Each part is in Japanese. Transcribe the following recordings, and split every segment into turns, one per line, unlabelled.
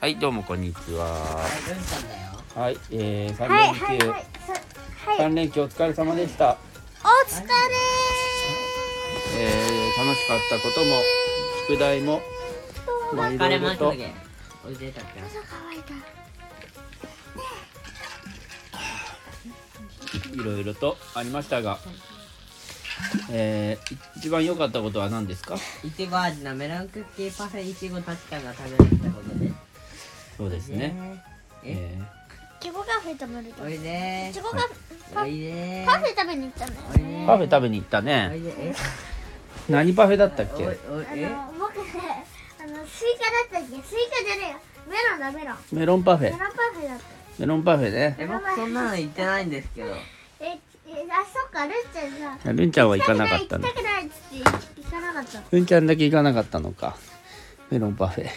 はい、どうもこんにちは。
はい、ルンちゃんだよ。
はい、えー、三
はいはい
連休、
はい。そはい。
三連休お疲れ様でした。
お疲れ
えー、楽しかったことも宿題も、まあいろ
疲れ
いろ
まし
と
たげ。おいでたっけ。
ー。乾いた。
いろいろとありましたが、えー、一番良かったことは何ですか？
いちご味のメロンクッキーパフェいちごたちかが食べられたことで。
そうですね。。
え、
え
チョコカフェ食べると
お。いで
チョ。コカフ
お
ェ
いで。
パフェ食べに行ったんだよ
ー、
ね。
パフェ食べに行った
おい
ね。
で。え、
何パフェだったっ
おい
け？
おい
あ
え、
の僕ね、あのスイカだったっけ？スイカじゃねえよ。メロンだメロン。
メロンパフ
メ
ェ
ロン。パフェだった。
メロンパフェね。
え僕そんなの言ってないんですけど。
え、えあそっかルンちゃんさ。
ルンちゃんは
行
行
きたく
かな
な
か
い
っ
行
た
き
の
た。くないっつって行かなかった。
ルンちゃんだけ行かなかったのか。メロンパフェ。
ね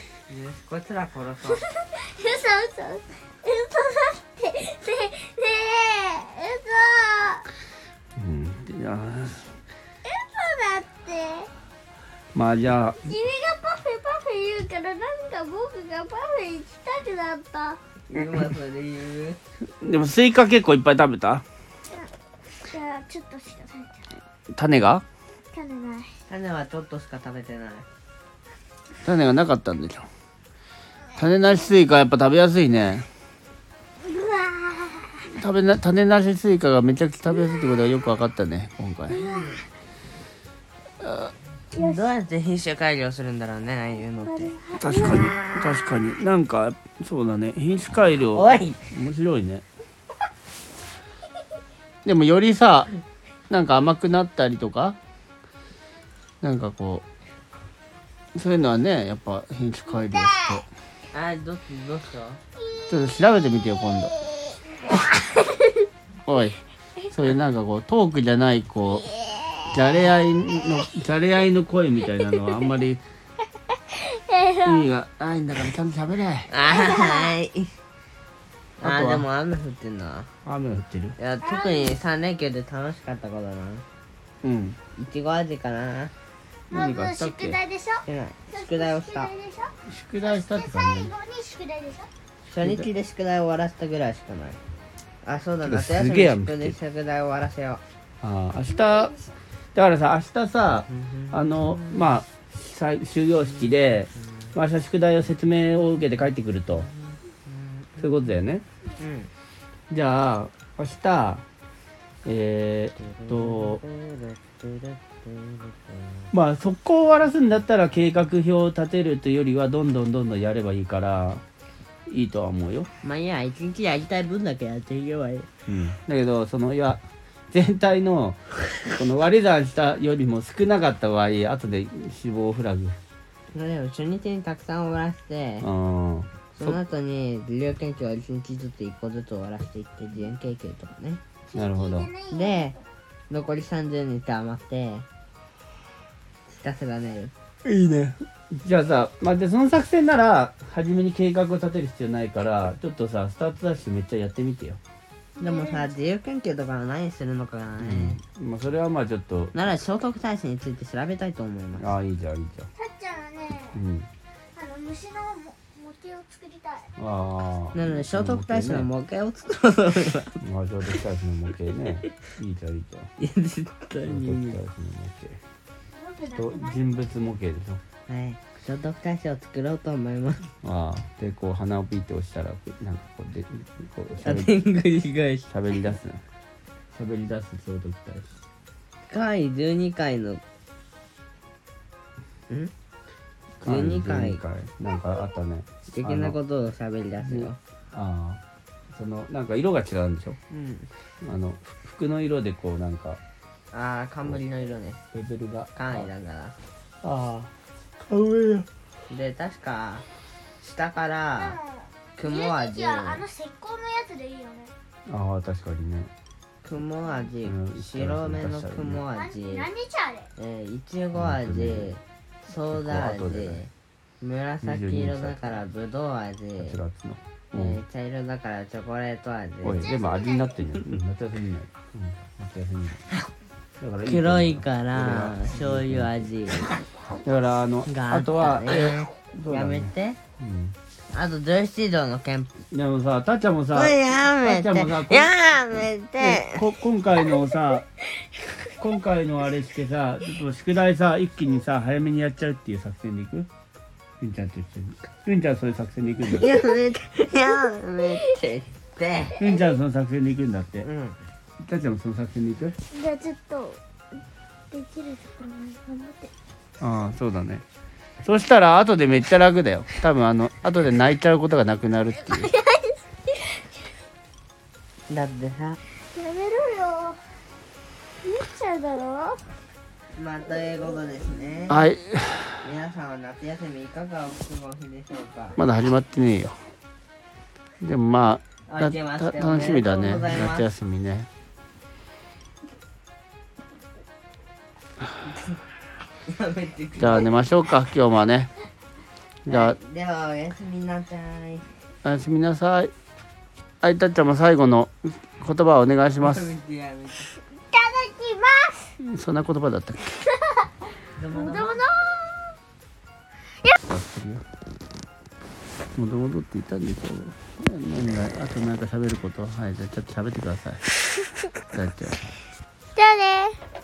こいつら殺
嘘
そう。
嘘嘘だってねねえ
うん。いや
嘘嘘
ー
だって
まあじゃあ。
君がパフェパフェ言うからなんか僕がパフェ行きたくなった
今それ言う。
でもスイカ結構いっぱい食べた
じゃあちょっとしか食べちゃ
種が
う種ない
種はちょっとしか食べてない。
種がなかったんでしょ種なしスイカやっぱ食べやすいね
うわ
食べな種なしスイカがめちゃくちゃ食べやすいってことがよく分かったね今回
どうやって品種改良するんだろうね、ああいうのって。
確かに確かになんかそうだね品種改良
おい。
面白いねでもよりさなんか甘くなったりとかなんかこうそういうのはねやっぱ品種改良して
あ、どっち、どうした。
ちょっと調べてみてよ今度 おいそういうなんかこうトークじゃないこうじゃれ合いのじゃれ合いの声みたいなのはあんまり
え
意味がないんだからちゃんと喋れ
あはい。
あとは
あーでも雨降ってんな。
雨降ってる
いや特に三連休で楽しかったことな。
うん
いちご味かな。
ま
何がし
ず
たっ
宿
け
題でしょ
してない宿題をした
宿。題でしょ
宿題したって
最後
感じ
に宿題でしょ
初日で宿題を終わらせたぐらいしかない。あそうだ
てか
夏休み
すげえ雨降ってる
宿題宿題を終わらせよ
ああ明日だからさ明日さ
う。
あのまあさい終業式で、まあ、明日宿題を説明を受けて帰ってくるとそういうことだよね
うん。
じゃあ明日えーっとまあそこを終わらすんだったら計画表を立てるというよりはどんどんどんどんやればいいからいいとは思うよ、
まあいいや一日やりたい分だけやっていけばいい。
だけどそのいや全体のこの割り算したよりも少なかった場合後で死亡フラグ
でも初日にたくさん終わらせて。
うん
その後に医療研究を1日ずつ1個ずつ終わらせていって自由研究とかね
なるほど
で残り30日余ってひたすら寝る
いいねじゃあさ、まあ、でその作戦なら初めに計画を立てる必要ないからちょっとさスタートダッシュめっちゃやってみてよ、
でもさ自由研究とかは何するのかがね、
まあ、それはまあちょっと
なら聖徳太子について調べたいと思います
ああいいじゃんいいじ
さっちゃんはね
ゃんうん
あの虫のも模型を作りたい
ああ
なので聖徳太子の模型を作ろうと思います
魔女でタイプの模型 ね。いいじゃんいいじゃん。
いや絶対
魔
に
女でタイプの模型。と人物模型でし
はい聖徳太子を作ろうと思います
ょ。ああでこう鼻をピッて押したらなんかこうでこう
あ
喋り
てんぐり返し
喋り出すね。喋り出す聖徳太子。
回12回のん12回
12なんかあったね。
素敵なことを喋り出すよ、
ああそのなんか色が違うんでしょ。
うん
あのふ服の色でこうなんか
ああ、冠の色ね。
レベルが。
簡易だから。
ああ。上よ。
で、確か、下から、雲
友
味
達、はあの石膏のやつでいいよね
ああ確かにね。
雲味
う、ん
白目の雲
な
味、
何日あれ
えーいちご味、ソーダ
結構後
味
でね、
紫色だからぶどう味、え
8月の。
ー茶色だからチョコレート味、
おい、でも味になってるよ。うん夏休みない。うん夏休みない。だからいいと思う
黒いから醤油味
だからあの、
があ
あ
った
とは、
ね。
そう
や
だね
めて。
うん
あと女子指導の憲法
でもさたっちゃんもさ
これやめ
たっちゃんもさ
てやめ
ね
て
こ今回のさ今回のあれしてさちょっと宿題さ一気にさ早めにやっちゃうっていう作戦でいくふんちゃんと一緒にふんちゃんはそういう作戦でいくんだ
やめてやめて って
ふんちゃんはその作戦でいくんだって
うん
たっちゃんもその作戦でいく
じゃあちょっとできるところまで頑張って
ああそうだねそしたら後でめっちゃ楽だよ多分あの後で泣いちゃうことがなくなるって いう
だってさ
やめろよ見ちゃうだろ
まあということですね
はい
皆さんは夏休みいかがお過ごしでしょうか
まだ始まってねえよでもまあ
あ
た
けましておめで
た
とう
楽しみだね
ございます
夏休みね
やめてく
じゃあ寝ましょうか今日もねじゃあ
ではおやすみなさい
おやすみなさい。あいたっちゃんも最後の言葉をお願いします。
てやめて
いただきます
そんな言葉だったっけ
どう
ど
も
う
どうも
ぞ
もともとって言ったんでしょう。何があと なんか喋ることはい、じゃあちょっと喋ってください。だっち
じゃ
ゃん。
あね